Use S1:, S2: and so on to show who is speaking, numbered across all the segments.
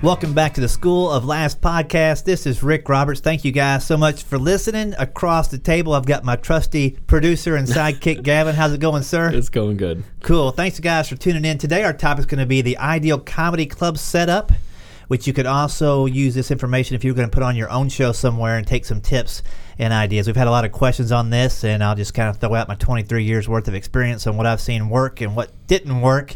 S1: Welcome back to the School of Last podcast. This is Rick Roberts. Thank you guys so much for listening. Across the table, I've got my trusty producer and sidekick, Gavin. How's it going, sir?
S2: It's going good.
S1: Cool. Thanks, guys, for tuning in. Today, our topic is going to be the ideal comedy club setup, which you could also use this information if you're going to put on your own show somewhere and take some tips and ideas. We've had a lot of questions on this, and I'll just kind of throw out my 23 years worth of experience on what I've seen work and what didn't work.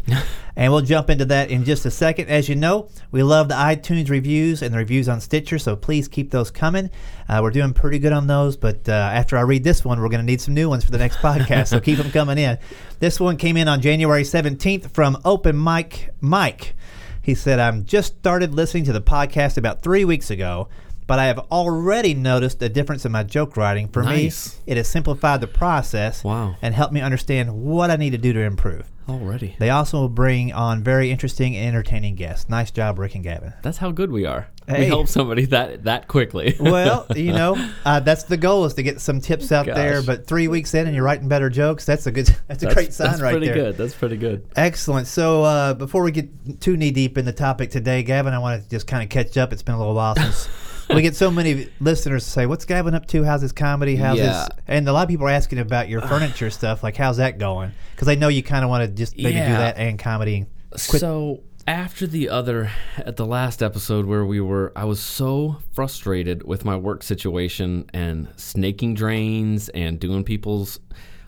S1: and we'll jump into that in just a second. As you know, we love the iTunes reviews and the reviews on Stitcher, so please keep those coming. Uh, we're doing pretty good on those, but uh, after I read this one, we're going to need some new ones for the next podcast, so keep them coming in. This one came in on January 17th from Open Mic Mike. He said, I'm just started listening to the podcast about three weeks ago, but I have already noticed a difference in my joke writing. For
S2: Nice.
S1: me, it has simplified the process
S2: Wow.
S1: and helped me understand what I need to do to improve.
S2: Already.
S1: They also will bring on very interesting and entertaining guests. Nice job, Rick and Gavin.
S2: That's how good we are.
S1: Hey.
S2: We help somebody that that quickly.
S1: Well, you know, uh, that's the goal is to get some tips out
S2: Gosh.
S1: there. But three weeks in and you're writing better jokes. That's a good. That's a great sign
S2: that's
S1: right
S2: pretty
S1: there.
S2: good. That's pretty good.
S1: Excellent. So uh, before we get too knee deep in the topic today, Gavin, I want to just kind of catch up. It's been a little while since we get so many listeners to say, "What's Gavin up to? How's his comedy? How's
S2: Yeah.
S1: his?" And a lot of people are asking about your furniture stuff. Like, how's that going? Because I know you kind of want to just maybe do
S2: Yeah.
S1: that and comedy.
S2: So after the other at the last episode where we were I was so frustrated with my work situation and snaking drains and doing people's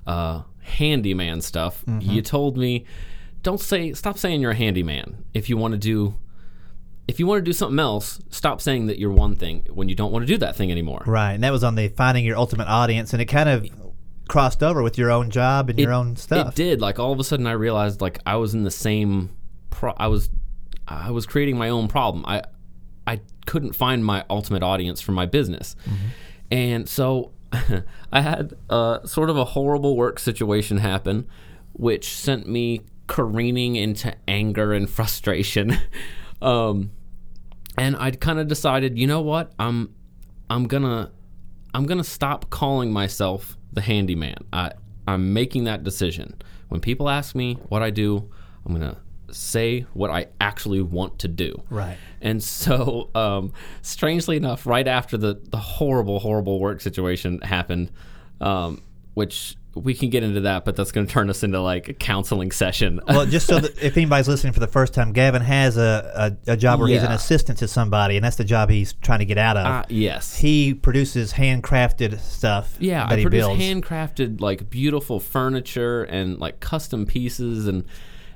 S2: uh, handyman stuff. You told me don't say stop saying you're a handyman if you want to do if you want to do something else, stop saying that you're one thing when you don't want to do that thing anymore.
S1: Right, and that was on the finding your ultimate audience, and it kind of crossed over with your own job and your own stuff.
S2: It did. Like all of a sudden, I realized like I was in the same. Pro- I was, I was creating my own problem. I, I couldn't find my ultimate audience for my business, and so I had uh, sort of a horrible work situation happen, which sent me careening into anger and frustration. um, and I'd kind of decided, you know what, I'm I'm gonna I'm gonna stop calling myself the handyman. I I'm making that decision. When people ask me what I do, I'm gonna say what I actually want to do.
S1: Right.
S2: And so, um, strangely enough, right after the the horrible, horrible work situation happened, um, which we can get into that, but that's gonna turn us into like a counseling session.
S1: Well, just so that if anybody's listening for the first time, Gavin has a, a, a job where he's an
S2: Yeah.
S1: assistant to somebody, and that's the job he's trying to get out of.
S2: Uh, yes.
S1: he produces handcrafted stuff
S2: Yeah,
S1: that
S2: I
S1: he
S2: produce
S1: builds.
S2: handcrafted like beautiful furniture and like custom pieces and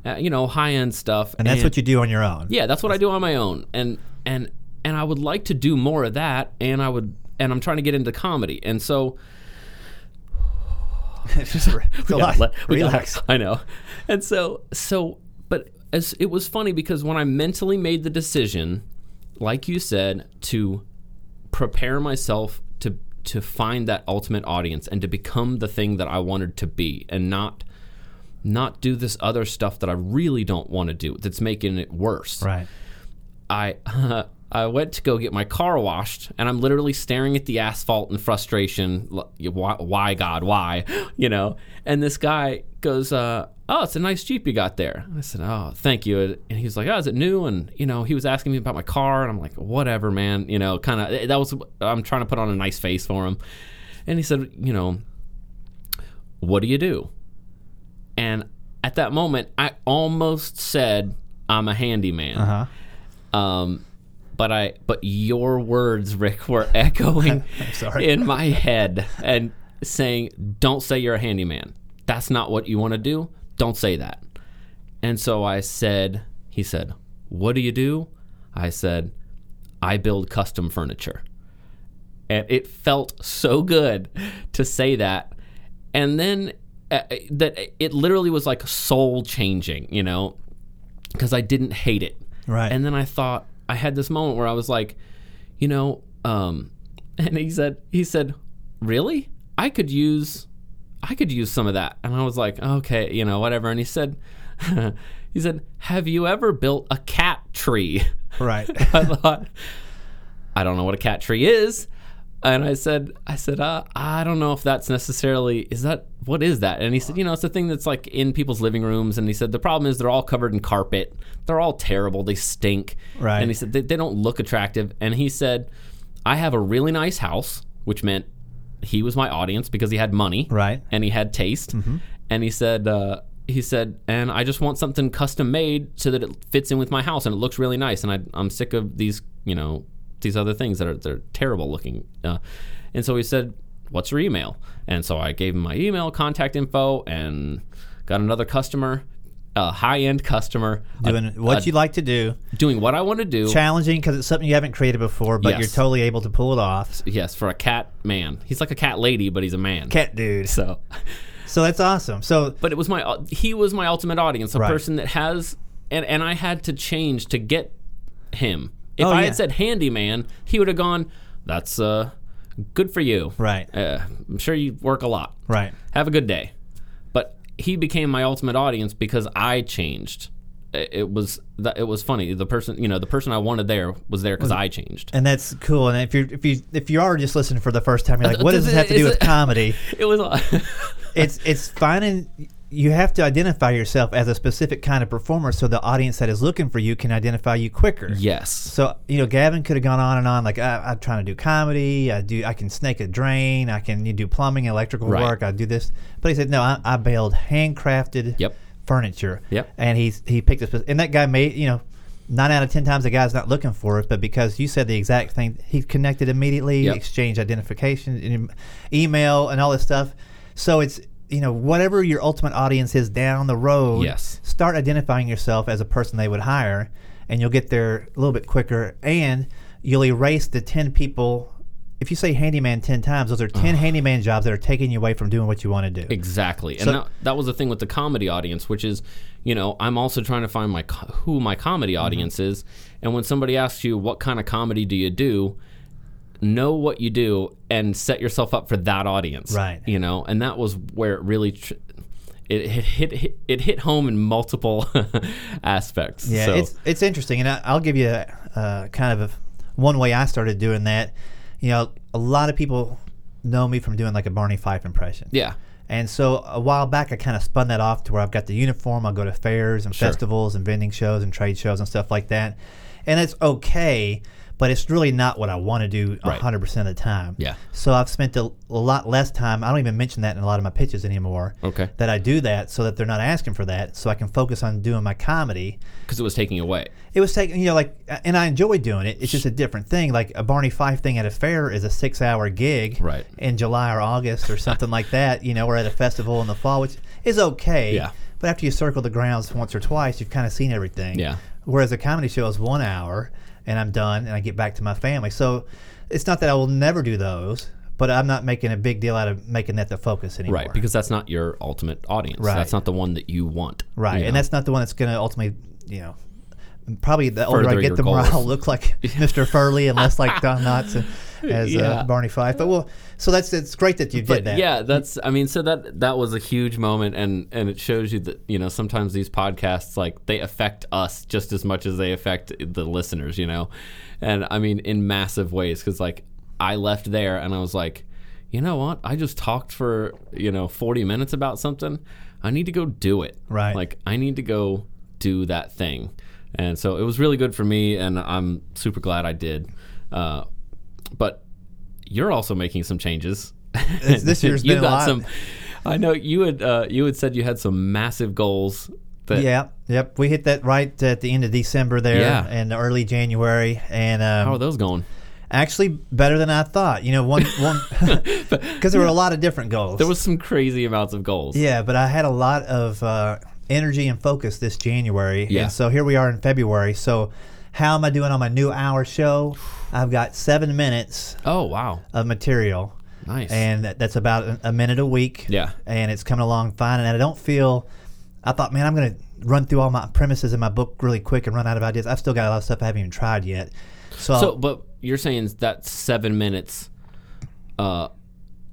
S2: uh, you know high end stuff.
S1: and that's what you do on your own.
S2: yeah, that's what I do on my own. And and and I would like to do more of that. And I would and I'm trying to get into comedy. And so
S1: It's a lot.
S2: gotta let- we gotta-
S1: Relax.
S2: I know. And so, so, but as it was funny because when I mentally made the decision, like you said, to prepare myself to to find that ultimate audience and to become the thing that I wanted to be, and not not do this other stuff that I really don't want to do that's making it worse.
S1: Right.
S2: I I went to go get my car washed, and I'm literally staring at the asphalt in frustration. L- Why, why God, why? You know. And this guy goes, uh, "Oh, it's a nice Jeep you got there." And I said, "Oh, thank you." And he was like, "Oh, is it new?" And you know, he was asking me about my car, and I'm like, "Whatever, man." You know, kind of. That was I'm trying to put on a nice face for him. And he said, "You know, what do you do?" And at that moment, I almost said, "I'm a handyman."
S1: Uh-huh.
S2: Um, but I, but your words, Rick, were echoing
S1: sorry.
S2: in my head and saying, "Don't say you're a handyman. That's not what you want to do. Don't say that." And so I said, "He said, what do you do?" I said, "I build custom furniture." and it felt so good to say that and then uh, that it literally was like soul changing you know because i didn't hate it
S1: Right.
S2: and then i thought i had this moment where i was like you know um and he said he said really i could use I could use some of that. And I was like, okay, you know, whatever. And he said, he said, have you ever built a cat tree?
S1: Right.
S2: I thought, I don't know what a cat tree is. And I said, I said, uh, I don't know if that's necessarily is that what is that? And he said, you know, it's a thing that's like in people's living rooms. And he said, the problem is they're all covered in carpet. They're all terrible. They stink.
S1: Right.
S2: And he said they, they don't look attractive. And he said, I have a really nice house, which meant he was my audience because he had money.
S1: Right.
S2: And he had taste. And he said, uh, he said, and I just want something custom made so that it fits in with my house and it looks really nice. And I, I'm sick of these, you know, these other things that are they're terrible looking. Uh, and so he said, "What's your email?" And so I gave him my email, contact info, and got another customer, a high end customer, uh,
S1: Doing what you like to do.
S2: doing what I want to do.
S1: Challenging because it's something you haven't created before, but
S2: Yes.
S1: you're totally able to pull it off.
S2: yes, for a cat man. He's like a cat lady, but he's a man.
S1: Cat dude.
S2: So.
S1: So that's awesome. So
S2: but it was my uh, he was my ultimate audience a
S1: Right.
S2: person that has and and i had to change to get him if
S1: Oh,
S2: i
S1: yeah.
S2: had said handyman he would have gone that's uh good for you
S1: right,
S2: uh, i'm sure you work a lot
S1: right,
S2: have a good day but he became my ultimate audience because i changed It- it was th- it was funny the person you know the person i wanted there was there because i changed
S1: and that's cool. And if you if you if you are just listening for the first time, you're like, what
S2: Does
S1: does this
S2: it-
S1: have to do
S2: is
S1: with
S2: it-
S1: comedy?
S2: it was a-
S1: it's it's finding you have to identify yourself as a specific kind of performer so the audience that is looking for you can identify you quicker
S2: yes
S1: so you know gavin could have gone on and on like I, i'm trying to do comedy i do i can snake a drain i can do plumbing electrical
S2: Right.
S1: work i do this but he said no i, I build handcrafted
S2: Yep.
S1: furniture
S2: Yep.
S1: and he's he picked this and that guy made you know Nine out of ten times the guy's not looking for it, but because you said the exact thing, he connected immediately,
S2: Yep.
S1: exchanged identification, and em- email, and all this stuff. So it's you know whatever your ultimate audience is down the road.
S2: Yes.
S1: Start identifying yourself as a person they would hire, and you'll get there a little bit quicker, and you'll erase the ten people. If you say handyman ten times, those are ten handyman jobs that are taking you away from doing what you want to do.
S2: Exactly, and
S1: So-
S2: that, that was the thing with the comedy audience, which is, you know, I'm also trying to find my co- who my comedy
S1: Mm-hmm.
S2: audience is, and when somebody asks you what kind of comedy do you do, know what you do and set yourself up for that audience,
S1: Right.
S2: You know, and that was where it really. Tr- it hit, hit, hit it hit home in multiple aspects.
S1: Yeah,
S2: so,
S1: it's it's interesting, and I, I'll give you a, uh, kind of a, one way I started doing that. You know, a lot of people know me from doing like a Barney Fife impression.
S2: yeah,
S1: And so a while back, I kind of spun that off to where I've got the uniform. I'll go to fairs and festivals and vending shows and trade shows and stuff like that. And it's okay, but it's really not what I want to do a
S2: Right.
S1: 100% of the time.
S2: Yeah.
S1: So I've spent a, a lot less time. I don't even mention that in a lot of my pitches anymore.
S2: Okay.
S1: That I do that so that they're not asking for that, so I can focus on doing my comedy
S2: because it was taking away.
S1: it was taking you know like uh, and i enjoy doing it it's just a different thing like a barney fife thing at a fair is a six hour gig
S2: Right.
S1: in july or august or something like that you know or at a festival in the fall which is okay
S2: Yeah.
S1: but after you circle the grounds once or twice you've kind of seen everything
S2: Yeah.
S1: whereas a comedy show is one hour and i'm done and i get back to my family so it's not that i will never do those but i'm not making a big deal out of making that the focus anymore
S2: Right, because that's not your ultimate audience.
S1: Right.
S2: That's not the one that you want.
S1: Right,
S2: you
S1: and
S2: know?
S1: that's not the one that's going to ultimately, you know, probably the older
S2: Further
S1: I get,
S2: your
S1: the more I'll
S2: goals.
S1: look like Mr. Furley and less like Don Knotts and, as uh,
S2: Yeah.
S1: Barney Fife. But well, so that's it's great that you did
S2: but
S1: that.
S2: yeah that's i mean so that that was a huge moment and and it shows you that you know sometimes these podcasts like they affect us just as much as they affect the listeners you know and i mean in massive ways because like i left there and i was like you know what i just talked for you know 40 minutes about something i need to go do it
S1: Right.
S2: like i need to go do that thing and so it was really good for me and i'm super glad i did uh, but you're also making some changes.
S1: This- this year's
S2: You
S1: been a
S2: got
S1: lot.
S2: Some, I know you had uh, you had said you had some massive goals. That,
S1: Yep, yep. We hit that right at the end of December there
S2: Yeah.
S1: and early January, and um,
S2: How are those going?
S1: actually better than I thought. You know, one one because there were a lot of different goals.
S2: There was some crazy amounts of goals.
S1: Yeah, but I had a lot of uh, energy and focus this January.
S2: Yeah.
S1: And so here we are in February. So, how am I doing on my new hour show? I've got seven minutes
S2: Oh wow,
S1: of material,
S2: nice.
S1: and that, that's about a- a minute a week.
S2: Yeah.
S1: And it's coming along fine. And I don't feel, I thought, man, I'm going to run through all my premises in my book really quick and run out of ideas. I've still got a lot of stuff I haven't even tried yet. So,
S2: so, but you're saying that seven minutes, uh,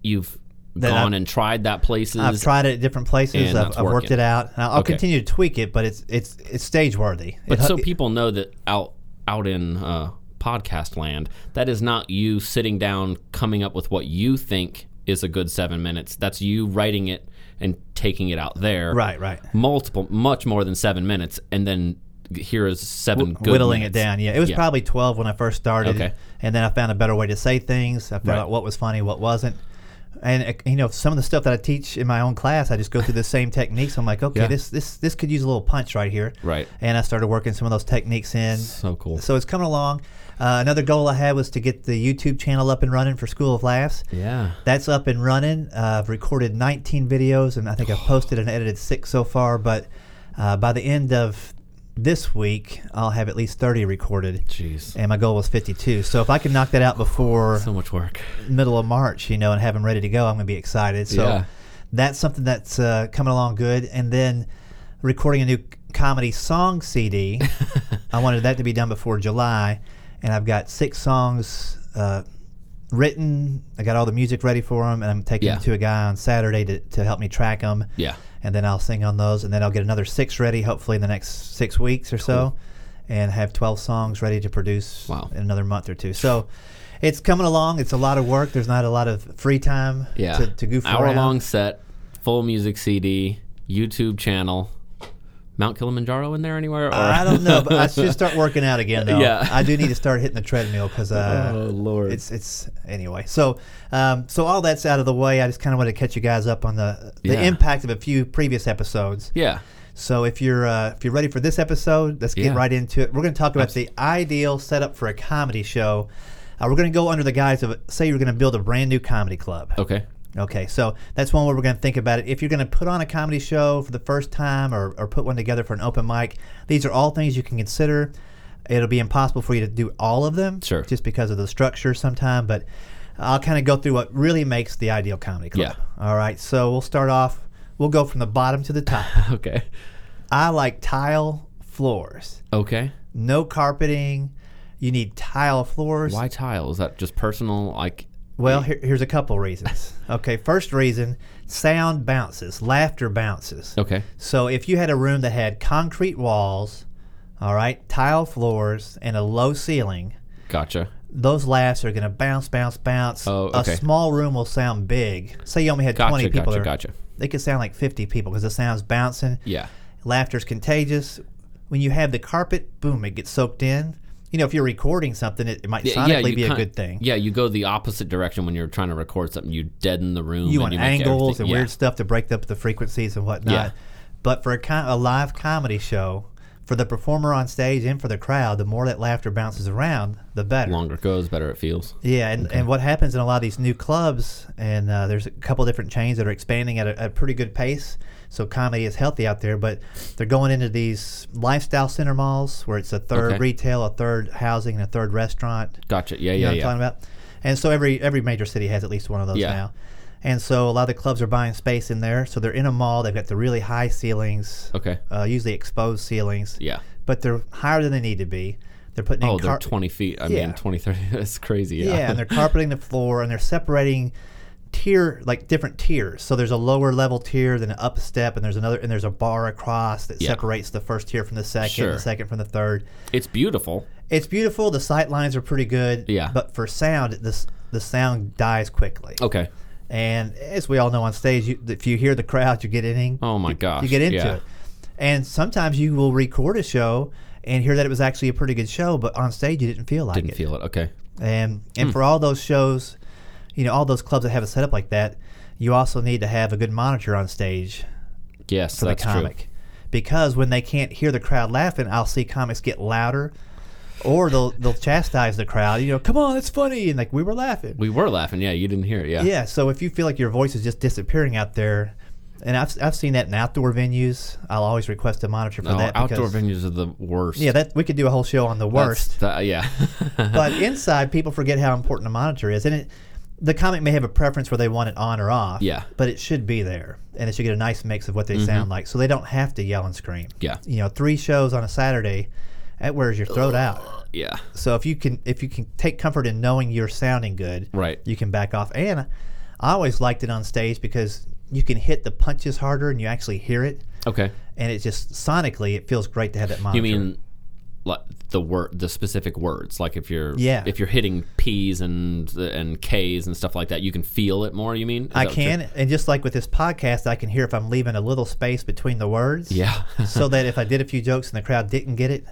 S2: you've
S1: That
S2: gone
S1: I've-
S2: and tried that places.
S1: I've tried it at different places.
S2: And
S1: I've,
S2: that's
S1: I've worked
S2: working.
S1: it out. And I'll I'll
S2: Okay.
S1: continue to tweak it, but it's it's it's stage worthy.
S2: But
S1: It-
S2: so people know that out out in uh, podcast land, that is not you sitting down, coming up with what you think is a good seven minutes. That's you writing it and taking it out there.
S1: right, right.
S2: Multiple, much more than seven minutes, and then here is seven good
S1: Whittling
S2: minutes.
S1: it down. Yeah, it was
S2: Yeah.
S1: probably twelve when I first started,
S2: Okay.
S1: and then I found a better way to say things. I found
S2: Right.
S1: out what was funny, what wasn't. And uh, you know some of the stuff that I teach in my own class, I just go through the same techniques. I'm like, okay,
S2: Yeah.
S1: this this this could use a little punch right here.
S2: Right.
S1: And I started working some of those techniques in.
S2: So cool.
S1: So it's coming along. Uh, another goal I had was to get the YouTube channel up and running for School of Laughs.
S2: Yeah.
S1: That's up and running. Uh, I've recorded 19 videos, and I think I've posted and edited six so far. But uh, by the end of this week, I'll have at least 30 recorded,
S2: Jeez.
S1: and my goal was 52. So if I can knock that out before
S2: So much work.
S1: middle of March, you know, and have them ready to go, I'm going to be excited. So
S2: Yeah.
S1: that's something that's uh, coming along good. And then recording a new c- comedy song CD. I wanted that to be done before July, and I've got six songs uh, written. I got all the music ready for them, and I'm taking
S2: Yeah.
S1: them to a guy on Saturday to, to help me track them.
S2: Yeah.
S1: And then I'll sing on those, and then I'll get another six ready, hopefully in the next six weeks or so, and have 12 songs ready to produce
S2: Wow.
S1: in another month or two. So it's coming along. It's a lot of work. There's not a lot of free time
S2: Yeah.
S1: to, to goof
S2: Hour
S1: around.
S2: long set, full music CD, YouTube channel, Mount Kilimanjaro in there anywhere? Or?
S1: I don't know, but I should start working out again. Though
S2: Yeah.
S1: I do need to start hitting the treadmill because uh,
S2: Oh, Lord.
S1: it's it's anyway. So um, so all that's out of the way. I just kind of want to catch you guys up on the the
S2: Yeah.
S1: impact of a few previous episodes.
S2: yeah.
S1: So if you're uh, if you're ready for this episode, let's get
S2: Yeah.
S1: right into it. We're going to talk about the ideal setup for a comedy show. Uh, we're going to go under the guise of say you're going to build a brand new comedy club.
S2: Okay.
S1: Okay, so that's one where we're going to think about it. If you're going to put on a comedy show for the first time or, or put one together for an open mic, these are all things you can consider. It'll be impossible for you to do all of them
S2: Sure.
S1: just because of the structure sometime, but I'll kind of go through what really makes the ideal comedy club. All right, so we'll start off, we'll go from the bottom to the top.
S2: Okay.
S1: I like tile floors,
S2: Okay.
S1: no carpeting. You need tile floors.
S2: Why tile? Is that just personal? Like,
S1: Well, here, here's a couple reasons. Okay, first reason sound bounces, laughter bounces.
S2: okay.
S1: So if you had a room that had concrete walls, all right, tile floors, and a low ceiling,
S2: Gotcha.
S1: those laughs are going to bounce, bounce, bounce.
S2: Oh, okay.
S1: A small room will sound big. Say you only had
S2: Gotcha.
S1: 20 people
S2: gotcha.
S1: there.
S2: Gotcha.
S1: They could sound like 50 people because the sound's bouncing.
S2: Yeah.
S1: Laughter's contagious. When you have the carpet, boom, it gets soaked in. You know, if you're recording something, it, it might
S2: Yeah, yeah,
S1: sonically
S2: you
S1: be a
S2: kin-
S1: good thing.
S2: Yeah, you go the opposite direction when you're trying to record something. You deaden the room.
S1: you
S2: and
S1: want
S2: you make
S1: angles
S2: everything-
S1: and
S2: yeah.
S1: weird stuff to break up the frequencies and whatnot.
S2: Yeah.
S1: But for a, co- a live comedy show, for the performer on stage and for the crowd, the more that laughter bounces around, the better.
S2: Longer it goes, better it feels.
S1: Yeah, and, and what happens in a lot of these new clubs, and uh, there's a couple different chains that are expanding at a, a pretty good pace. So comedy is healthy out there, but they're going into these lifestyle center malls where it's a third
S2: Okay.
S1: retail, a third housing, and a third restaurant.
S2: Gotcha. Yeah,
S1: You
S2: yeah,
S1: know
S2: yeah.
S1: what I'm talking about? And so every every major city has at least one of those
S2: Yeah.
S1: now. And so a lot of the clubs are buying space in there. So they're in a mall. They've got the really high ceilings,
S2: Okay.
S1: uh, usually exposed ceilings.
S2: Oh. Yeah.
S1: But they're higher than they need to be. They're putting in
S2: Oh, they're
S1: car-
S2: 20 feet. I
S1: Yeah.
S2: mean, 20, 30. That's crazy.
S1: yeah. and they're carpeting the floor and they're separating tier like different tiers. So there's a lower level tier, then an up step, and there's another and there's a bar across that
S2: Yeah.
S1: separates the first tier from the second,
S2: Sure.
S1: the second from the third.
S2: it's beautiful.
S1: It's beautiful. The sight lines are pretty good.
S2: Yeah. Oh.
S1: But for sound, this the sound dies quickly.
S2: Okay.
S1: And as we all know on stage, you, if you hear the crowd, you get in.
S2: Oh, my gosh.
S1: You get into
S2: yeah.
S1: it. And sometimes you will record a show and hear that it was actually a pretty good show, but on stage you didn't feel like
S2: Didn't
S1: it.
S2: feel it. Okay.
S1: Um, And
S2: Hmm.
S1: and for all those shows, you know, all those clubs that have a setup like that, you also need to have a good monitor on stage
S2: Yes,
S1: for
S2: that's
S1: the comic. Because when they can't hear the crowd laughing, I'll see comics get louder or they'll they'll chastise the crowd, you know, come on, it's funny and like we were laughing.
S2: true. We were laughing. Yeah, you didn't hear it. Yeah.
S1: Yeah, so if you feel like your voice is just disappearing out there, and I've, I've seen that in outdoor venues, I'll always request a monitor for
S2: Oh,
S1: that.
S2: outdoor
S1: because-
S2: venues are the worst.
S1: Yeah, that we could do a whole show on the
S2: That's
S1: worst.
S2: the- yeah.
S1: but inside, people forget how important a monitor is, and it, the comic may have a preference where they want it on or off.
S2: Yeah. Mm-hmm.
S1: but it should be there, and it should get a nice mix of what they sound like, so they don't have to yell and scream.
S2: Yeah.
S1: you know, three shows on a Saturday, that wears your throat out.
S2: yeah.
S1: So if you can if you can take comfort in knowing you're sounding good,
S2: Right.
S1: you can back off. And I always liked it on stage because you can hit the punches harder and you actually hear it,
S2: Okay.
S1: and it just sonically it feels great to have that monitor.
S2: You mean like the word, the specific words? Like if you're
S1: Yeah.
S2: if you're hitting P's and and K's and stuff like that, you can feel it more. You mean? Is
S1: I
S2: that what you're-
S1: can, and just like with this podcast, I can hear if I'm leaving a little space between the words.
S2: Yeah.
S1: so that if I did a few jokes and the crowd didn't get it,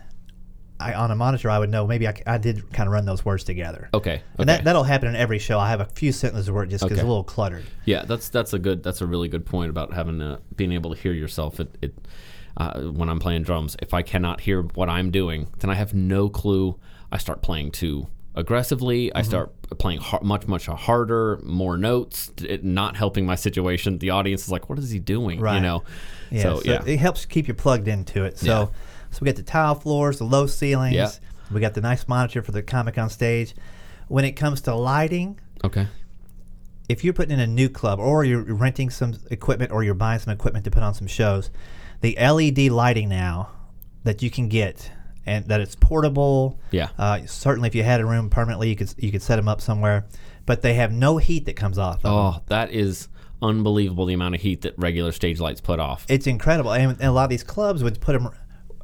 S1: I on a monitor I would know maybe I, c- I did kind of run those words together.
S2: okay. Oh, Okay.
S1: And that, that'll happen in every show. I have a few sentences where it just gets
S2: Okay.
S1: a little cluttered.
S2: Yeah, that's that's a good that's a really good point about having uh, being able to hear yourself. It, it uh, when I'm playing drums, if I cannot hear what I'm doing, then I have no clue. I start playing too aggressively.
S1: Mm-hmm.
S2: I start playing har- much much harder, more notes. It not helping my situation. The audience is like, "What is he doing?" You
S1: Right.
S2: know.
S1: Yeah,
S2: so, yeah,
S1: it helps keep you plugged into it. So,
S2: Yeah.
S1: so we got the tile floors, the low ceilings.
S2: Yeah.
S1: We got the nice monitor for the comic on stage. When it comes to lighting,
S2: okay,
S1: if you're putting in a new club or you're renting some equipment or you're buying some equipment to put on some shows, the LED lighting now that you can get and that it's portable.
S2: Yeah.
S1: Uh, certainly, if you had a room permanently, you could you could set them up somewhere, but they have no heat that comes off. of 'em.
S2: oh, that is unbelievable. The amount of heat that regular stage lights put off.
S1: It's incredible, and, and a lot of these clubs would put them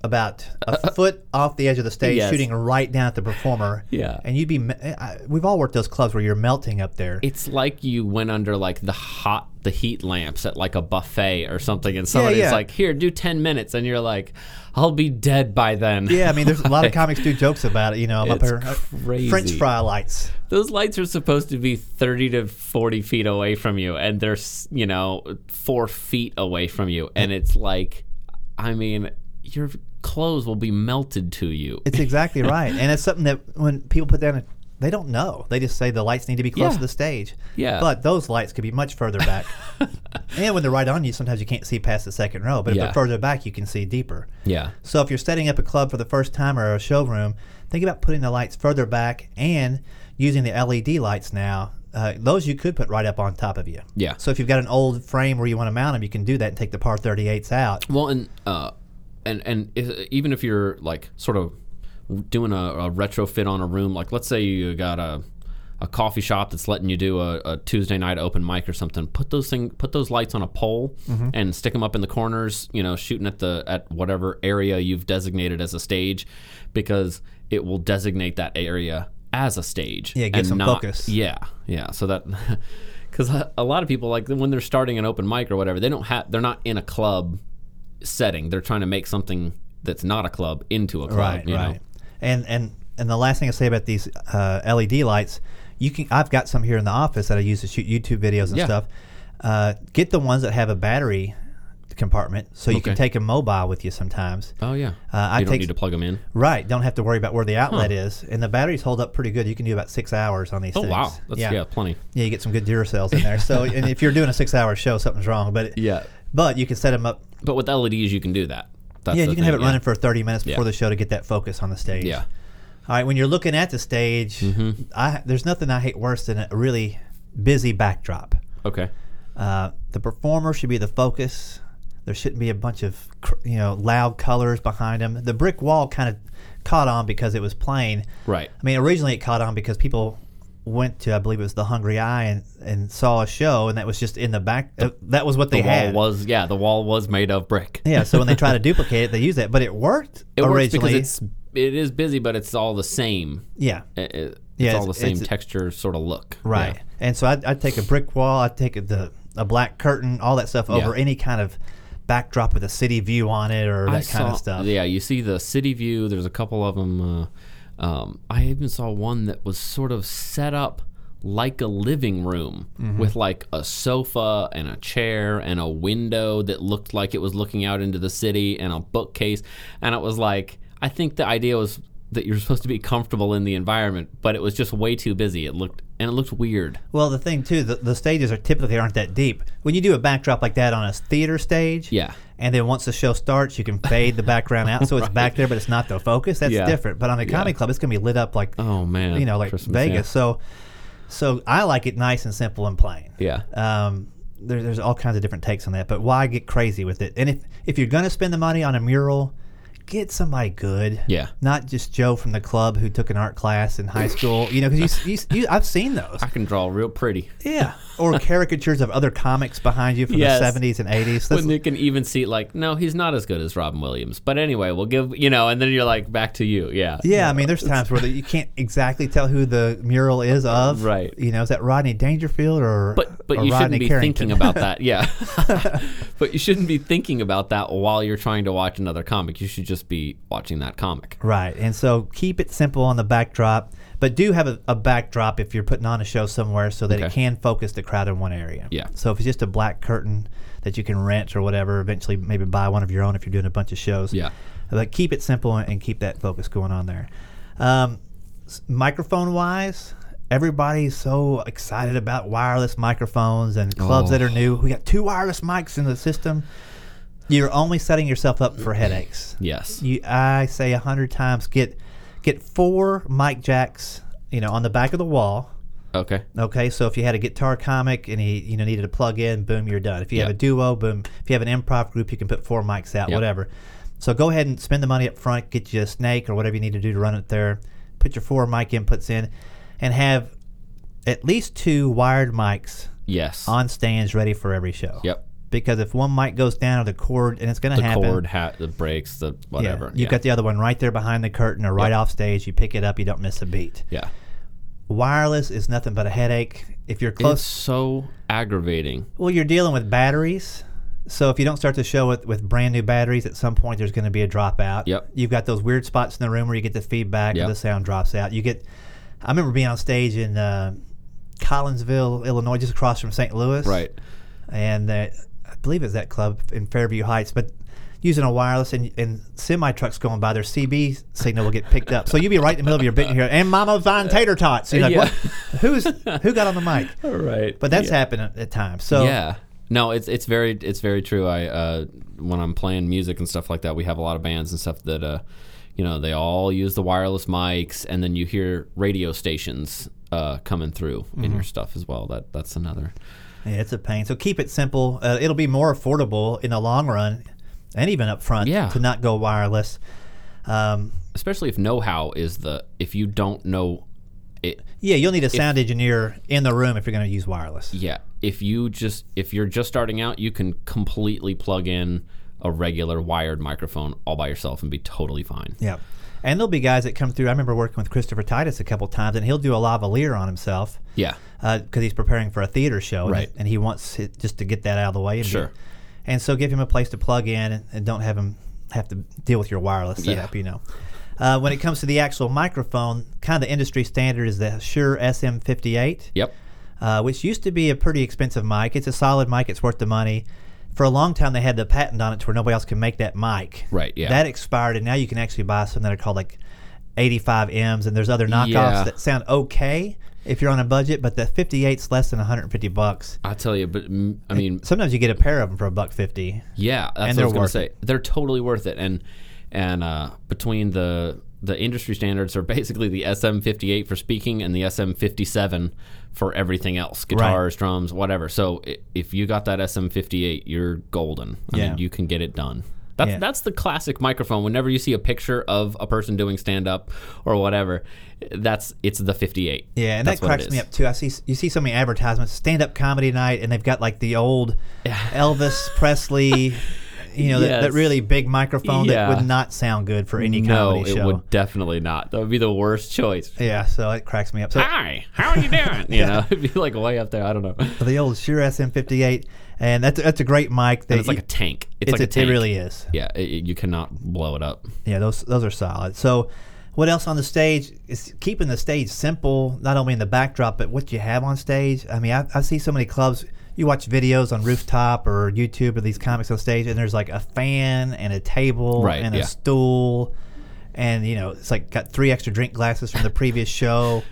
S1: about a foot off the edge of the stage,
S2: Yes.
S1: shooting right down at the performer.
S2: Yeah.
S1: and you'd be. me- I, we've all worked those clubs where you're melting up there.
S2: It's like you went under like the hot the heat lamps at like a buffet or something, and somebody's
S1: yeah.
S2: like, "Here, do ten minutes," and you're like, "I'll be dead by then."
S1: yeah, I mean, there's a lot of comics do jokes about it. You know, I'm up
S2: It's
S1: here. uh,
S2: crazy.
S1: French fry lights.
S2: Those lights are supposed to be thirty to forty feet away from you, and they're s- you know four feet away from you, and it's like, I mean, your clothes will be melted to you.
S1: It's exactly right, and it's something that when people put down, a, they don't know. They just say the lights need to be close
S2: Yeah.
S1: to the stage.
S2: Yeah.
S1: but those lights could be much further back. and when they're right on you, sometimes you can't see past the second row. But if
S2: Yeah.
S1: they're further back, you can see deeper.
S2: yeah,
S1: So if you're setting up a club for the first time or a showroom, think about putting the lights further back and using the LED lights now. Uh, those you could put right up on top of you.
S2: Yeah.
S1: So if you've got an old frame where you want to mount them, you can do that and take the par 38s out.
S2: Well, and uh, and and i even if you're like sort of doing a, a retrofit on a room, like let's say you got a a coffee shop that's letting you do a, a Tuesday night open mic or something, put those thing put those lights on a pole
S1: Mm-hmm.
S2: and stick them up in the corners. You know, shooting at the at whatever area you've designated as a stage, because it will designate that area as a stage.
S1: Yeah, get
S2: and
S1: some focus.
S2: yeah, yeah. So that because a, a lot of people like when they're starting an open mic or whatever, they don't have they're not in a club setting. They're trying to make something that's not a club into a club.
S1: Right,
S2: you
S1: right.
S2: Know?
S1: And and and the last thing I say about these uh, LED lights, you can. I've got some here in the office that I use to shoot YouTube videos and
S2: Yeah.
S1: stuff. Uh, get the ones that have a battery compartment, so you can
S2: Okay.
S1: take a mobile with you sometimes.
S2: Oh yeah.
S1: Uh, I
S2: you don't
S1: take-
S2: need to plug them in.
S1: Right, don't have to worry about where the outlet is, and the batteries hold up pretty good. You can do about six hours on these.
S2: Oh
S1: things.
S2: wow, that's yeah,
S1: yeah,
S2: plenty.
S1: Yeah, you get some good Duracells in there. So, and if you're doing a six-hour show, something's wrong. But
S2: Yeah.
S1: but you can set them up.
S2: But with LEDs, you can do that. That's
S1: yeah,
S2: the
S1: you can have it
S2: thing,
S1: running for 30 minutes before
S2: Yeah.
S1: the show to get that focus on the stage.
S2: Yeah. Mm-hmm.
S1: All right, when you're looking at the stage, I, there's nothing I hate worse than a really busy backdrop.
S2: yeah. Okay.
S1: Uh, the performer should be the focus. There shouldn't be a bunch of cr- you know loud colors behind them. The brick wall kind of caught on because it was plain.
S2: Right.
S1: I mean, originally it caught on because people went to I believe it was the Hungry Eye and, and saw a show, and that was just in the back. uh, that was what they
S2: The wall
S1: had.
S2: was yeah, the wall was made of brick.
S1: yeah, so when they try to duplicate it, they use that, but it worked
S2: It
S1: originally.
S2: works because it's it is busy, but it's all the same.
S1: yeah,
S2: It, it-
S1: Yeah,
S2: it's
S1: it's-
S2: all the same
S1: it's-
S2: texture, sort of look.
S1: Right.
S2: Yeah.
S1: And so I'd, I'd take a brick wall, I'd take the a black curtain, all that stuff over
S2: Yeah.
S1: any kind of backdrop with a city view on it or that
S2: I
S1: kind of
S2: saw-
S1: stuff.
S2: Yeah, you see the city view. There's a couple of them. Uh, um, I even saw one that was sort of set up like a living room
S1: Mm-hmm.
S2: with like a sofa and a chair and a window that looked like it was looking out into the city and a bookcase. And it was like, I think the idea was that you're supposed to be comfortable in the environment, but it was just way too busy. It looked and it looked weird.
S1: Well, the thing too, the, the stages are typically aren't that deep. When you do a backdrop like that on a theater stage,
S2: Yeah.
S1: and then once the show starts, you can fade the background out, so it's back there, but it's not the focus. That's
S2: Yeah.
S1: different. But on a comedy club, it's gonna be lit up like
S2: Oh man,
S1: you know, like
S2: Christmas, yeah.
S1: Vegas. So, so I like it nice and simple and plain.
S2: Yeah.
S1: Um, there, there's all kinds of different takes on that, but why get crazy with it? And if if you're gonna spend the money on a mural, get somebody good.
S2: Yeah.
S1: Not just Joe from the club who took an art class in high school. You know, because you, you, you, I've seen those.
S2: I can draw real pretty.
S1: Yeah. Or caricatures of other comics behind you from
S2: Yes.
S1: the 70s and 80s. That's-
S2: When you can even see, like, no, he's not as good as Robin Williams. But anyway, we'll give, you know, and then you're like, back to you. Yeah.
S1: yeah, I mean, there's times where you can't exactly tell who the mural is of.
S2: Right.
S1: You know, is that Rodney Dangerfield or
S2: But but
S1: or
S2: you
S1: Rodney
S2: shouldn't be
S1: Carrington?
S2: thinking about that. Yeah. but you shouldn't be thinking about that while you're trying to watch another comic. You should just be watching that comic.
S1: Right. And so keep it simple on the backdrop, but do have a, a backdrop if you're putting on a show somewhere so that it
S2: Okay.
S1: can focus the crowd in one area.
S2: Yeah.
S1: So if it's just a black curtain that you can rent or whatever, eventually maybe buy one of your own if you're doing a bunch of shows.
S2: Yeah.
S1: But keep it simple and, and keep that focus going on there. Um, microphone wise, everybody's so excited about wireless microphones and clubs that
S2: Oh.
S1: are new. We got two wireless mics in the system. You're only setting yourself up for headaches
S2: Yes.
S1: you I say a hundred times get get four mic jacks, you know, on the back of the wall.
S2: Okay.
S1: Okay, so if you had a guitar comic and he you know needed a plug in, boom, you're done. If you have
S2: Yep.
S1: a duo, boom. If you have an improv group, you can put four mics out,
S2: Yep.
S1: whatever. So go ahead and spend the money up front, get you a snake or whatever you need to do to run it there. Put your four mic inputs in, and have at least two wired mics
S2: Yes.
S1: on stands ready for every show.
S2: Yep.
S1: Because if one mic goes down or the cord, and it's going to
S2: The
S1: happen,
S2: cord, hat, the brakes, the
S1: yeah,
S2: whatever.
S1: You've
S2: Yeah.
S1: got the other one right there behind the curtain or right off stage. You pick it up, you don't miss a beat.
S2: yeah.
S1: Wireless is nothing but a headache. If you're
S2: It's
S1: close,
S2: so aggravating.
S1: well, you're dealing with batteries. So if you don't start the show with, with brand new batteries, at some point there's going to be a dropout.
S2: Yep.
S1: You've got those weird spots in the room where you get the feedback
S2: Yep.
S1: and the sound drops out. You get, I remember being on stage in uh, Collinsville, Illinois, just across from St. Louis.
S2: Right.
S1: and that I believe it's that club in Fairview Heights, but using a wireless and, and semi trucks going by, their CB signal will get picked up. So you'll be right in the middle of your bit here, and Mama Vine Tater Tots. You're like,
S2: Yeah.
S1: what? Who's who got on the mic?
S2: All right.
S1: But that's happened at, at times. So
S2: yeah no it's it's very it's very true i uh when i'm playing music and stuff like that we have a lot of bands and stuff that uh you know they all use the wireless mics and then you hear radio stations uh coming through in your stuff as well that that's another
S1: yeah, it's a pain. So keep it simple. Uh, it'll be more affordable in the long run, and even up front
S2: Yeah.
S1: to not go wireless. Um,
S2: especially if know-how is the if you don't know it
S1: yeah, you'll need a sound engineer in the room if you're going to use wireless.
S2: yeah if you just if you're just starting out you can completely plug in a regular wired microphone all by yourself and be totally fine
S1: Yeah. And there'll be guys that come through. I remember working with Christopher Titus a couple times, and he'll do a lavalier on himself
S2: yeah
S1: because he's preparing for a theater show, and-
S2: Right.
S1: And he wants it just to get that out of the way. And be-
S2: Sure.
S1: and so give him a place to plug in, and, and don't have him have to deal with your wireless
S2: Yeah.
S1: setup. You know. Uh, when it comes to the actual microphone, kind of the industry standard is the Shure SM58
S2: yep
S1: uh, which used to be a pretty expensive mic. It's a solid mic. It's worth the money. For a long time, they had the patent on it to where nobody else can make that mic.
S2: Right, yeah.
S1: That expired, and now you can actually buy some that are called like 85Ms, and there's other knockoffs
S2: Yeah.
S1: that sound okay if you're on a budget, but the 58's less than 150 bucks.
S2: i tell you but mm, i mean
S1: Sometimes you get a pair of them for a buck fifty.
S2: Yeah, that's what I
S1: And
S2: was
S1: they're
S2: gonna
S1: worth
S2: say. They're totally worth it. And and uh, between the the industry standards are basically the SM58 for speaking and the SM57 for everything else, guitars, drums, whatever. So i- if you got that SM58, you're golden. I
S1: Yeah.
S2: mean, you can get it done. That's
S1: Yeah.
S2: that's the classic microphone. Whenever you see a picture of a person doing stand up or whatever, that's it's the 58.
S1: Yeah, and
S2: That's
S1: that
S2: what it
S1: cracks me
S2: is.
S1: up too. I see you see so many advertisements, stand up comedy night, and they've got like the old Elvis Presley, you know, that,
S2: Yes.
S1: that really big microphone
S2: Yeah.
S1: that would not sound good for any
S2: No,
S1: comedy
S2: it
S1: show.
S2: would definitely not. That would be the worst choice.
S1: Yeah, so it cracks me up. So
S2: hi, how are you doing? You know, it'd be like way up there. I don't know.
S1: the old Shure SM58, and that's that's a great mic. That
S2: It's like a
S1: you-
S2: tank. It's,
S1: it's
S2: like a,
S1: it
S2: tank.
S1: really is.
S2: Yeah, it, it- you cannot blow it up.
S1: Yeah, those those are solid. So, what else on the stage? Is keeping the stage simple, not only in the backdrop, but what you have on stage. I mean, I, I see so many clubs. You watch videos on rooftop or YouTube of these comics on stage, and there's like a fan and a table
S2: Right,
S1: and
S2: yeah.
S1: a stool, and you know it's like got three extra drink glasses from the previous show.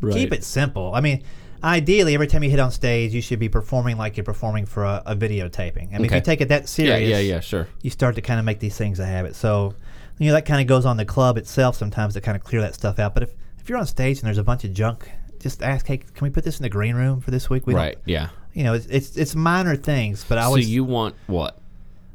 S2: Right.
S1: Keep it simple. I mean. Ideally, every time you hit on stage, you should be performing like you're performing for a, a videotaping. I mean, if
S2: Okay.
S1: you take it that
S2: Yeah,
S1: serious,
S2: yeah, yeah, sure.
S1: you start to kind of make these things a habit. So, you know, that kind of goes on the club itself sometimes to kind of clear that stuff out. But if, if you're on stage and there's a bunch of junk, just ask, hey, can we put this in the green room for this week? We don't-
S2: Right, yeah.
S1: You know, it's, it's it's minor things, but I
S2: So
S1: always
S2: you want what?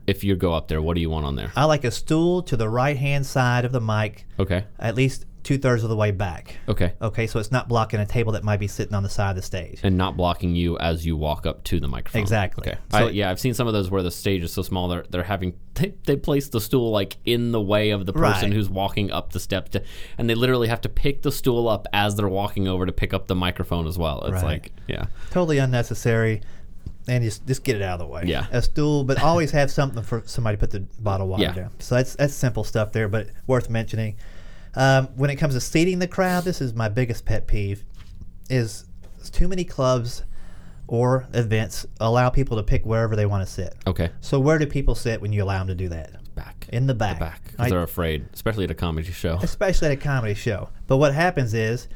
S2: if you go up there, what do you want on there?
S1: I like a stool to the right hand side of the mic,
S2: Okay.
S1: at least two thirds of the way back.
S2: Okay.
S1: Okay, so it's not blocking a table that might be sitting on the side of the stage.
S2: And not blocking you as you walk up to the microphone.
S1: Exactly.
S2: Okay.
S1: So
S2: I,
S1: it-
S2: yeah, I've seen some of those where the stage is so small they're they're having they, they place the stool like in the way of the person
S1: Right.
S2: who's walking up the step to, and they literally have to pick the stool up as they're walking over to pick up the microphone as well. It's
S1: Right.
S2: like yeah.
S1: Totally unnecessary. And just just get it out of the way.
S2: Yeah.
S1: A stool, but always have something for somebody to put the bottle of water
S2: Yeah.
S1: down. So that's that's simple stuff there, but worth mentioning. Um, when it comes to seating the crowd, this is my biggest pet peeve: is too many clubs or events allow people to pick wherever they want to sit.
S2: Okay.
S1: So where do people sit when you allow them to do that?
S2: Back.
S1: In the back.
S2: back because
S1: Right?
S2: they're afraid, especially at a comedy show.
S1: especially at a comedy show. But what happens is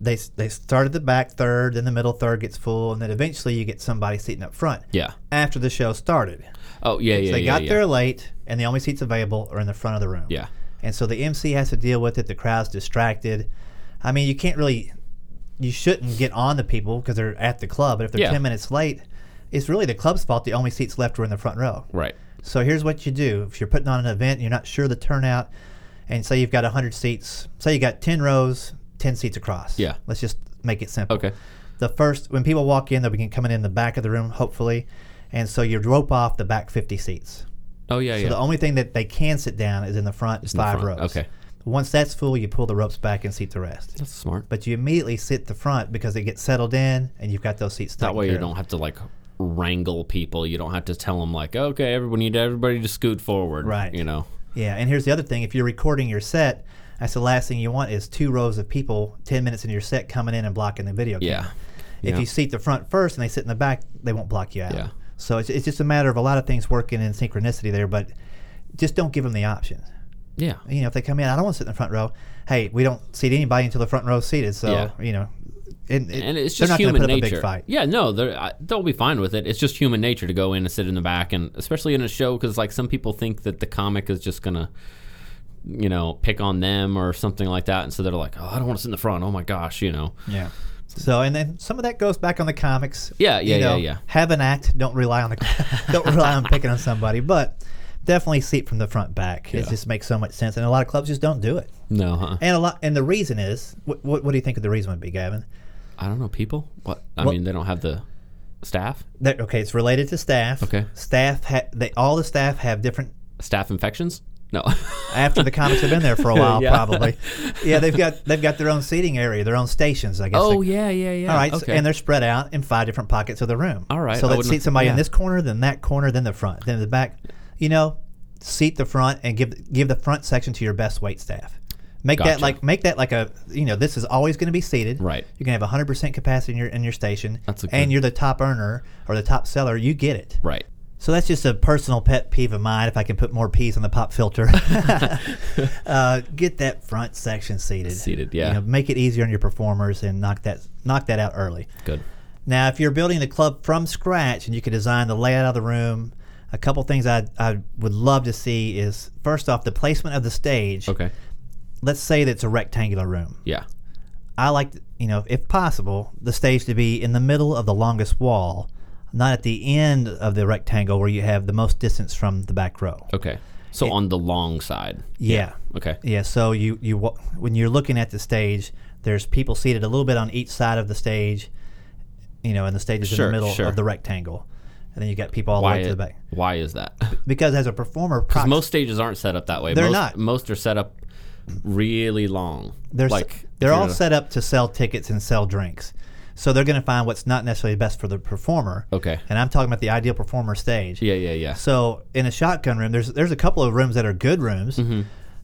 S1: they they start at the back third, then the middle third gets full, and then eventually you get somebody sitting up front.
S2: Yeah.
S1: After the show started,
S2: Oh yeah, yeah.
S1: they
S2: yeah,
S1: got
S2: yeah.
S1: there late, and the only seats available are in the front of the room.
S2: Yeah.
S1: And so the MC has to deal with it. The crowd's distracted. I mean, you can't really, you shouldn't get on the people because they're at the club. But if they're
S2: Yeah.
S1: ten minutes late, it's really the club's fault. The only seats left were in the front row.
S2: Right.
S1: So here's what you do. If you're putting on an event and you're not sure of the turnout, and say you've got 100 seats, say you got 10 rows, 10 seats across.
S2: Yeah.
S1: Let's just make it simple.
S2: Okay.
S1: The first, when people walk in, they'll begin coming in the back of the room, hopefully. And so you rope off the back 50 seats.
S2: Oh yeah,
S1: So
S2: yeah.
S1: the only thing that they can sit down is in the front
S2: the
S1: five
S2: front,
S1: rows.
S2: okay.
S1: Once that's full, you pull the ropes back and seat the rest.
S2: That's smart.
S1: But you immediately sit the front because they get settled in and you've got those seats.
S2: That way you don't have to like wrangle people. You don't have to tell them like, okay, everybody need everybody to scoot forward.
S1: Right.
S2: You know.
S1: Yeah, and here's the other thing: if you're recording your set, that's the last thing you want is two rows of people, ten minutes in your set, coming in and blocking the video.
S2: Yeah.
S1: camera. If
S2: Yeah.
S1: you seat the front first and they sit in the back, they won't block you out.
S2: Yeah.
S1: So it's, it's just a matter of a lot of things working in synchronicity there, but just don't give them the option.
S2: Yeah.
S1: You know, if they come in, I don't want to sit in the front row. Hey, we don't seat anybody until the front row seated. So
S2: Yeah.
S1: you know, and, it-
S2: And it's
S1: they're
S2: just
S1: not gonna
S2: human
S1: put up
S2: nature.
S1: a big fight.
S2: Yeah, no, they're, I, they'll be fine with it. It's just human nature to go in and sit in the back, and especially in a show, because like some people think that the comic is just gonna, you know, pick on them or something like that, and so they're like, oh, I don't want to sit in the front. Oh my gosh, you know.
S1: Yeah. So and then some of that goes back on the comics.
S2: Yeah, yeah,
S1: you
S2: yeah,
S1: know,
S2: yeah.
S1: Have an act. Don't rely on the don't rely on picking on somebody, but definitely seat from the front back. It just makes so much sense, and a lot of clubs just don't do it.
S2: No, uh-uh. huh?
S1: And a lot and the reason is what what, what do you think the reason would be, Gavin?
S2: I don't know people. What I
S1: Well-
S2: mean, they don't have the staff,
S1: That okay, it's related to staff.
S2: Okay.
S1: Staff ha- they all the staff have different
S2: staff infections. No.
S1: after the comics have been there for a while
S2: Yeah.
S1: probably. Yeah, they've got they've got their own seating area, their own stations, I guess.
S2: oh
S1: They-
S2: yeah, yeah, yeah.
S1: All right, so-
S2: Okay.
S1: and they're spread out in five different pockets of the room.
S2: All right,
S1: so
S2: I
S1: let's
S2: wouldn't-
S1: seat somebody
S2: yeah.
S1: in this corner, then that corner, then the front, then the back. You know, seat the front and give give the front section to your best wait staff. Make that
S2: Gotcha.
S1: like make that like a you know this is always going to be seated.
S2: Right.
S1: You're gonna have 100 percent capacity in your in your station.
S2: That's a
S1: and
S2: good-
S1: you're the top earner or the top seller. You get it.
S2: right.
S1: So that's just a personal pet peeve of mine. If I can put more peas on the pop filter, uh, get that front section seated.
S2: Seated,
S1: You
S2: yeah.
S1: know, make it easier on your performers and knock that knock that out early.
S2: Good.
S1: Now, if you're building the club from scratch and you could design the layout of the room, a couple things I I would love to see is first off the placement of the stage.
S2: Okay.
S1: Let's say that it's a rectangular room.
S2: Yeah.
S1: I like you know if possible the stage to be in the middle of the longest wall, not at the end of the rectangle where you have the most distance from the back row.
S2: Okay. So on the long side.
S1: Yeah.
S2: Okay.
S1: Yeah, so you you wa- when you're looking at the stage, there's people seated a little bit on each side of the stage, you know, and the stage is
S2: Sure,
S1: in the middle
S2: sure.
S1: of the rectangle, and then you got people all
S2: Why?
S1: the way to the
S2: it-
S1: back.
S2: Why is that?
S1: Because as a performer, prox-
S2: Most stages aren't set up that way.
S1: They're
S2: most,
S1: not.
S2: Most are set up really long.
S1: they're s-
S2: like
S1: they're all
S2: yeah.
S1: set up to sell tickets and sell drinks, so they're going to find what's not necessarily best for the performer.
S2: Okay.
S1: and I'm talking about the ideal performer stage.
S2: Yeah, yeah, yeah.
S1: So in a shotgun room, there's there's a couple of rooms that are good rooms,
S2: Mm-hmm.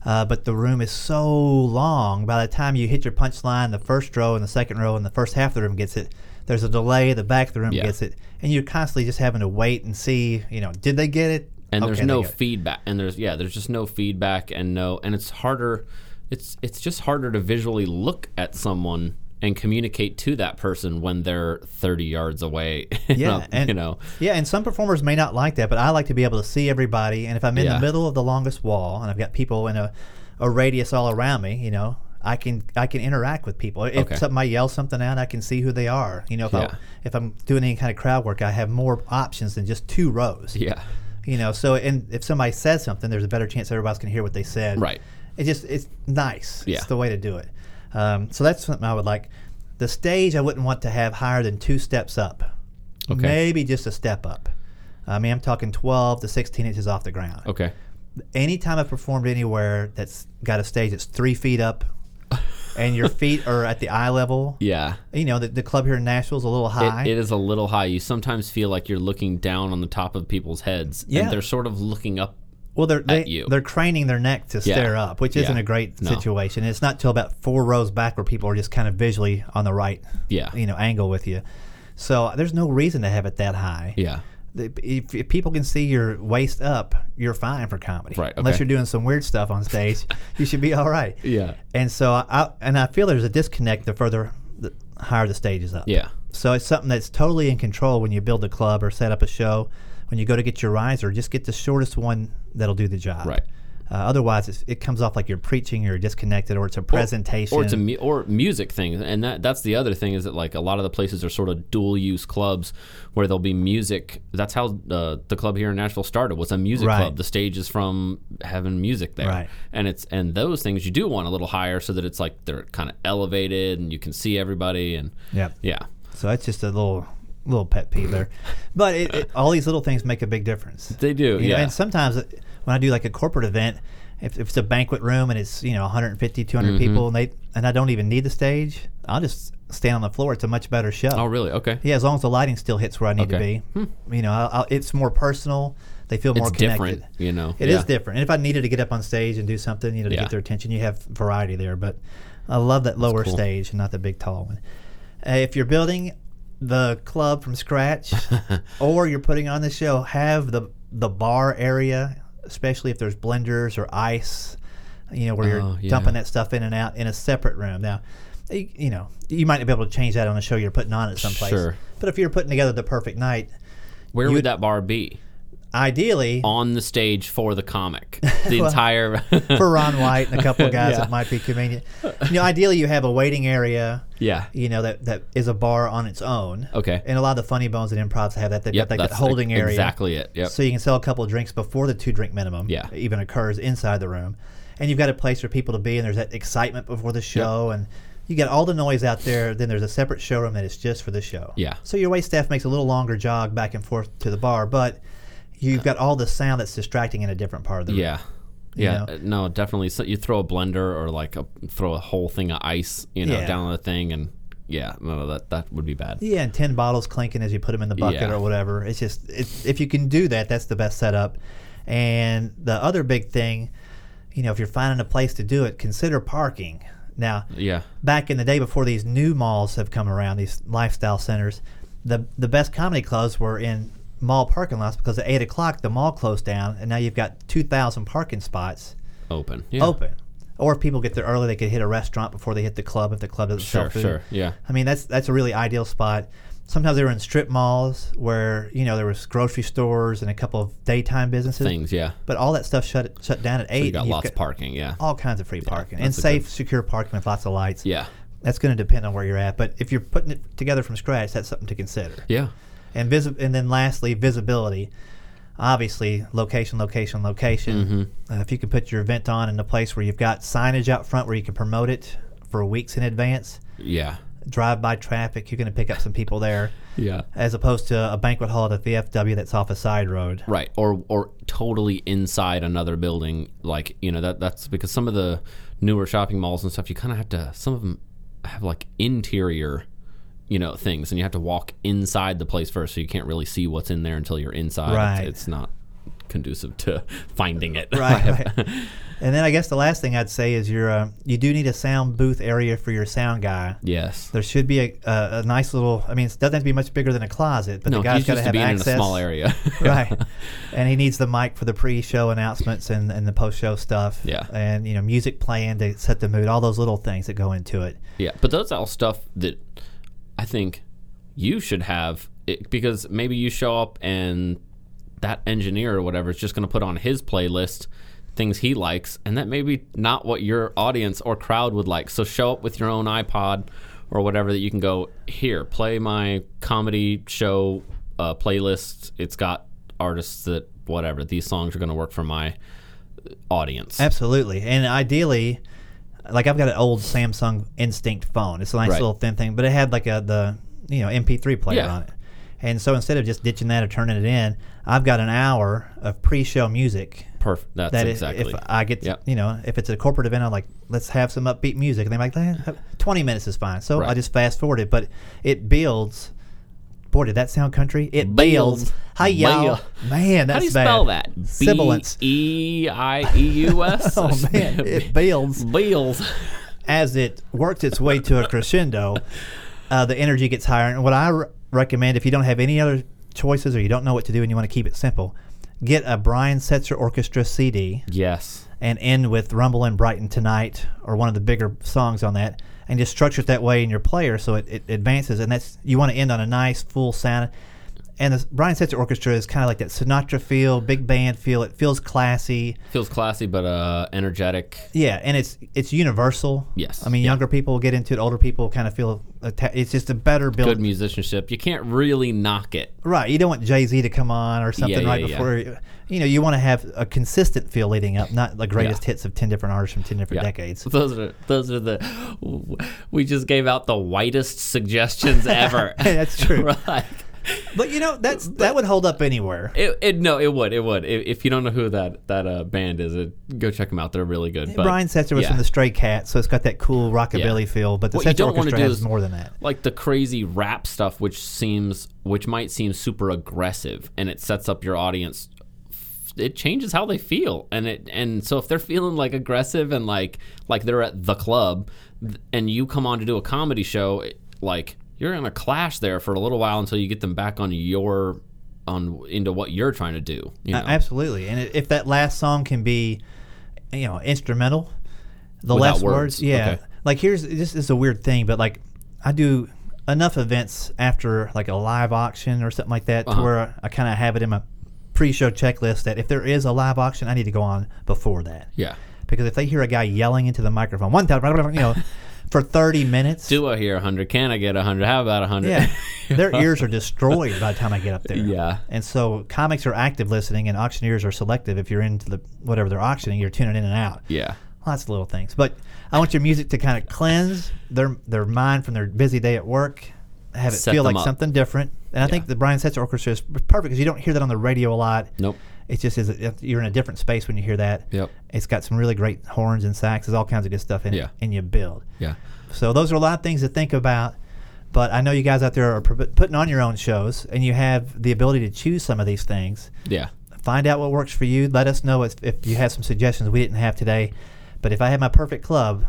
S1: uh, but the room is so long. By the time you hit your punchline, the first row and the second row and the first half of the room gets it. There's a delay. The back of the room
S2: Yeah.
S1: gets it, and you're constantly just having to wait and see. You know, did they get it?
S2: And there's
S1: Okay, they
S2: no
S1: got it.
S2: feedback. And there's yeah, there's just no feedback and no and it's harder it's it's just harder to visually look at someone and communicate to that person when they're 30 yards away.
S1: Yeah, and
S2: you know.
S1: yeah, and some performers may not like that, but I like to be able to see everybody. And if I'm in
S2: Yeah.
S1: the middle of the longest wall, and I've got people in a, a radius all around me, you know, I can I can interact with people. If
S2: Okay.
S1: somebody yells something out, I can see who they are. You know, if
S2: Yeah.
S1: I, if I'm doing any kind of crowd work, I have more options than just two rows.
S2: Yeah.
S1: You know, so and if somebody says something, there's a better chance everybody's going to hear what they said.
S2: Right.
S1: It just it's nice.
S2: Yeah.
S1: It's the way to do it. Um, so that's something I would like. The stage I wouldn't want to have higher than two steps up.
S2: Okay.
S1: Maybe just a step up. I mean, I'm talking 12 to 16 inches off the ground.
S2: Okay.
S1: Anytime I've performed anywhere that's got a stage that's three feet up, and your feet are at the eye level.
S2: Yeah.
S1: You know, the, the club here in Nashville is a little high.
S2: It, it is a little high. You sometimes feel like you're looking down on the top of people's heads.
S1: Yeah.
S2: And they're sort of looking up.
S1: Well, they're they,
S2: you.
S1: they're craning their neck to stare up, which
S2: Yeah.
S1: isn't a great
S2: No.
S1: situation. It's not till about four rows back where people are just kind of visually on the right,
S2: Yeah.
S1: you know, angle with you. So there's no reason to have it that high.
S2: Yeah.
S1: The- If, if people can see your waist up, you're fine for comedy.
S2: Right,
S1: Unless
S2: okay.
S1: you're doing some weird stuff on stage, you should be all right.
S2: Yeah.
S1: And so I, I and I feel there's a disconnect the further the higher the stage is up.
S2: Yeah.
S1: So it's something that's totally in control when you build a club or set up a show. When you go to get your riser, just get the shortest one that'll do the job.
S2: Right.
S1: Uh, otherwise, it's, it comes off like you're preaching or disconnected, or it's a presentation.
S2: Or it's a mu- or music thing, and that that's the other thing is that like a lot of the places are sort of dual use clubs where there'll be music. That's how uh, the club here in Nashville started was a music
S1: Right.
S2: club. The stage is from having music there,
S1: Right.
S2: and it's and those things you do want a little higher so that it's like they're kind of elevated and you can see everybody and
S1: Yep.
S2: yeah
S1: So that's just a little little pet peeve there. But it, it, all these little things make a big difference.
S2: they do
S1: You know,
S2: yeah
S1: and sometimes it- when I do like a corporate event, if, if it's a banquet room and it's you know 150, 200
S2: Mm-hmm.
S1: people, and they and I don't even need the stage, I'll just stand on the floor. It's a much better show.
S2: oh really okay
S1: Yeah, as long as the lighting still hits where I need
S2: Okay. Hmm.
S1: to be. You know, I'll, I'll, it's more personal. They feel more
S2: it's
S1: connected.
S2: different you know
S1: It is
S2: yeah.
S1: different. And if I needed to get up on stage and do something, you know, to
S2: Yeah.
S1: get their attention, you have variety there. But I love that lower
S2: cool.
S1: stage and not the big tall one. Uh, if you're building the club from scratch or you're putting on the show, have the the bar area, especially if there's blenders or ice, you know, where you're
S2: Oh, yeah.
S1: dumping that stuff in and out in a separate room. Now, you, you know, you might not be able to change that on the show you're putting on at some place.
S2: Sure.
S1: But if you're putting together the perfect night,
S2: Where would that bar be?
S1: ideally,
S2: On the stage for the comic. The entire.
S1: for Ron White and a couple of guys
S2: Yeah.
S1: that might be convenient. You know, ideally you have a waiting area.
S2: yeah.
S1: You know that that is a bar on its own.
S2: Okay.
S1: And a lot of the funny bones and improvs have that. They've
S2: Yep.
S1: got like
S2: that's
S1: that holding
S2: ex-
S1: area.
S2: Exactly it. Yep.
S1: So you can sell a couple of drinks before the two drink minimum.
S2: Yeah.
S1: Even occurs inside the room, and you've got a place for people to be, and there's that excitement before the show, and you got all the noise out there. Then there's a separate showroom that is just for the show.
S2: Yeah.
S1: So your wait staff makes a little longer jog back and forth to the bar, but you've got all the sound that's distracting in a different part of the room.
S2: yeah. Yeah.
S1: know?
S2: uh, No, definitely. So you throw a blender or like a, throw a whole thing of ice, you know,
S1: Yeah.
S2: down on the thing, and yeah, no, that that would be bad.
S1: Yeah, and ten bottles clinking as you put them in the bucket
S2: Yeah.
S1: or whatever. It's just it's, if you can do that, that's the best setup. And the other big thing, you know, if you're finding a place to do it, consider parking. Now,
S2: Yeah.
S1: back in the day before these new malls have come around, these lifestyle centers, the the best comedy clubs were in mall parking lots because at eight o'clock the mall closed down, and now you've got two thousand parking spots
S2: Open. Yeah.
S1: open. Or if people get there early, they could hit a restaurant before they hit the club if the club doesn't sell
S2: Sure.
S1: food.
S2: Sure. Yeah.
S1: I mean, that's that's a really ideal spot. Sometimes they were in strip malls where you know there was grocery stores and a couple of daytime businesses,
S2: Things. Yeah.
S1: but all that stuff shut shut down at eight.
S2: You got
S1: and you've
S2: lots of parking. Yeah.
S1: all kinds of free parking and
S2: that's a
S1: safe, secure parking with lots of lights.
S2: Yeah.
S1: that's going to depend on where you're at. But if you're putting it together from scratch, that's something to consider.
S2: Yeah.
S1: And visi- and then lastly, visibility. Obviously, location, location, location.
S2: Mm-hmm.
S1: Uh, if you can put your event on in a place where you've got signage out front where you can promote it for weeks in advance,
S2: Yeah.
S1: drive by traffic, you're going to pick up some people there,
S2: Yeah.
S1: as opposed to a banquet hall at the VFW that's off a side road.
S2: Right, or or totally inside another building, like you know that that's because some of the newer shopping malls and stuff, you kind of have to. Some of them have like interior, you know, things, and you have to walk inside the place first, so you can't really see what's in there until you're inside. It's-
S1: Right.
S2: It's, not conducive to finding it.
S1: Right, right. and then I guess the last thing I'd say is you're uh, you do need a sound booth area for your sound guy.
S2: yes.
S1: There should be a, a, a nice little. I mean, it doesn't have to be much bigger than a closet, but
S2: No,
S1: the guy's
S2: he's
S1: got
S2: used
S1: to
S2: to
S1: have
S2: being
S1: access.
S2: in a small area.
S1: right, and he needs the mic for the pre-show announcements and, and the post-show stuff.
S2: Yeah.
S1: and you know, music playing to set the mood. All those little things that go into it.
S2: Yeah, but that's all stuff that I think you should have it, because maybe you show up and that engineer or whatever is just going to put on his playlist things he likes, and that may be not what your audience or crowd would like. So show up with your own iPod or whatever that you can go here, play my comedy show uh, playlist. It's got artists that whatever. These songs are going to work for my uh, audience.
S1: Absolutely. And ideally, like I've got an old Samsung Instinct phone. It's a nice
S2: Right.
S1: little thin thing, but it had like a the you know MP3 player
S2: Yeah.
S1: on it. And so instead of just ditching that or turning it in, I've got an hour of pre-show music.
S2: Perfect. That's
S1: That i-
S2: exactly.
S1: if I get, to-
S2: Yep.
S1: you know, if it's a corporate event, I'm like, let's have some upbeat music, and they're like, eh, twenty minutes is fine. So I
S2: Right.
S1: just fast forward it, but it builds. Boy, did that sound country? It
S2: Builds.
S1: builds. Hi y'all,
S2: Build.
S1: man. That's
S2: How do you
S1: bad.
S2: spell that?
S1: Sibilance.
S2: B e i e u s.
S1: Oh man, it builds.
S2: Beals.
S1: as it works its way to a crescendo, uh, the energy gets higher. And what I r- recommend, if you don't have any other choices or you don't know what to do and you want to keep it simple, get a Brian Setzer Orchestra CD
S2: Yes.
S1: and end with Rumble in Brighton Tonight or one of the bigger songs on that and just structure it that way in your player so it, it advances. And that's you want to end on a nice full sound. And the Brian Setzer Orchestra is kind of like that Sinatra feel, big band feel. It feels classy.
S2: Feels classy, but uh, energetic.
S1: Yeah, and it's it's universal.
S2: Yes.
S1: I mean
S2: Yeah.
S1: younger people get into it, older people kind of feel atta- it's just a better build.
S2: Good musicianship. You can't really knock it.
S1: Right, you don't want Jay Z to come on or something
S2: yeah,
S1: right
S2: yeah.
S1: before you- you know you want to have a consistent feel leading up, not the greatest hits of ten different artists from ten different
S2: Yeah.
S1: decades.
S2: Those are those are the. We just gave out the whitest suggestions ever.
S1: That's true.
S2: right.
S1: But you know that's that would hold up anywhere.
S2: It, it no, it would, it would. If, if you don't know who that that uh, band is, it, go check them out. They're really good. But
S1: Brian Setzer was
S2: yeah.
S1: from the Stray Cats, so it's got that cool rockabilly
S2: Yeah.
S1: feel. But the
S2: What you
S1: Setzer
S2: don't wanna
S1: Orchestra
S2: do
S1: has
S2: is-
S1: more than that.
S2: like the crazy rap stuff which seems which might seem super aggressive and it sets up your audience it changes how they feel and it and so if they're feeling like aggressive and like like they're at the club th- and you come on to do a comedy show it- like you're in a clash there for a little while until you get them back on your on into what you're trying to do you know?
S1: A- Absolutely, and i- if that last song can be, you know, instrumental, the
S2: Without
S1: last words,
S2: words,
S1: yeah.
S2: okay.
S1: Like here's this is a weird thing, but like I do enough events after like a live auction or something like
S2: Uh-huh.
S1: that to where I, kind of have it in my pre-show checklist that if there is a live auction, I need to go on before that
S2: yeah
S1: because if they hear a guy yelling into the microphone one time, you know, for thirty minutes,
S2: do I hear 100 can i get 100 how about 100
S1: yeah, their ears are destroyed by the time I get up there.
S2: Yeah.
S1: and so comics are active listening, and auctioneers are selective. If you're into the whatever they're auctioning, you're tuning in and out.
S2: yeah
S1: Lots of little things, but I want your music to kind of cleanse their their mind from their busy day at work, have it
S2: Set
S1: feel
S2: them
S1: like
S2: up.
S1: something different. And I think the Brian Setzer Orchestra is perfect because you don't hear that on the radio a lot.
S2: nope
S1: It just is. it- You're in a different space when you hear that.
S2: Yep.
S1: It's got some really great horns and saxes, all kinds of good stuff in
S2: Yeah.
S1: it, and you build.
S2: yeah
S1: So those are a lot of things to think about. But I know you guys out there are pr- putting on your own shows, and you have the ability to choose some of these things.
S2: yeah
S1: Find out what works for you. Let us know if, if you have some suggestions we didn't have today. But if I had my perfect club,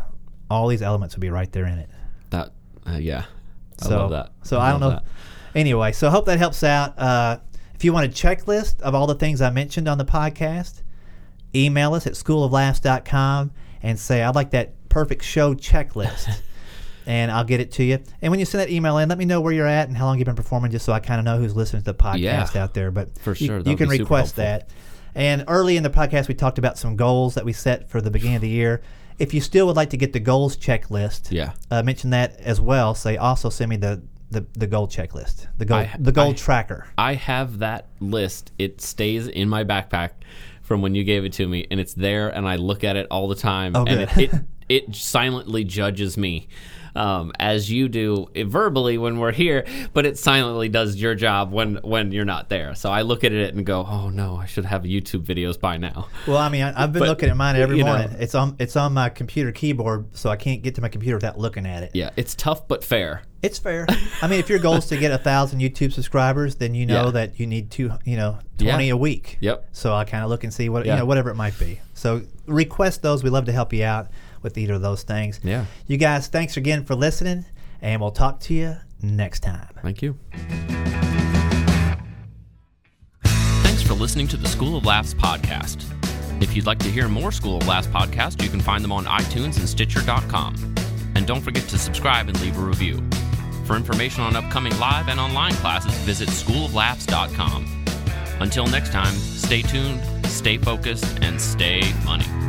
S1: all these elements would be right there in it.
S2: that uh, yeah i
S1: so,
S2: love that
S1: So I, don't know.
S2: love that.
S1: Anyway, so I hope that helps out. Uh, if you want a checklist of all the things I mentioned on the podcast, email us at schooloflaughs.com and say, I'd like that perfect show checklist. and I'll get it to you. And when you send that email in, let me know where you're at and how long you've been performing, just so I kind of know who's listening to the podcast
S2: Yeah.
S1: out there. But
S2: For
S1: you-
S2: sure.
S1: you,
S2: That'll
S1: can
S2: be super
S1: request
S2: helpful.
S1: that. And early in the podcast, we talked about some goals that we set for the beginning of the year. If you still would like to get the goals checklist,
S2: Yeah.
S1: uh, mention that as well. Say also send me the the, the goal checklist, the goal
S2: I-
S1: the goal
S2: I-
S1: tracker.
S2: I have that list. It stays in my backpack from when you gave it to me, and it's there, and I look at it all the time.
S1: Oh,
S2: and
S1: good.
S2: It, it it silently judges me, um, as you do it verbally when we're here, but it silently does your job when when you're not there. So I look at it and go, "Oh no, I should have YouTube videos by now."
S1: Well, I mean, I, I've been
S2: But,
S1: looking at mine every
S2: you know-
S1: morning. It's on it's on my computer keyboard, so I can't get to my computer without looking at it.
S2: Yeah, it's tough but fair.
S1: It's fair. I mean, if your goal is to get a thousand YouTube subscribers, then you know
S2: Yeah.
S1: that you need two, you know,
S2: Yeah.
S1: twenty a week.
S2: Yep.
S1: So I kind of look and see what you
S2: Yeah.
S1: know, whatever it might be. So request those. We love to help you out with either of those things.
S2: Yeah.
S1: You guys, thanks again for listening, and we'll talk to you next time.
S2: Thank you.
S3: Thanks for listening to the School of Laughs podcast. If you'd like to hear more School of Laughs podcasts, you can find them on iTunes and Stitcher.com. And don't forget to subscribe and leave a review. For information on upcoming live and online classes, visit schooloflaughs.com. Until next time, stay tuned, stay focused, and stay funny.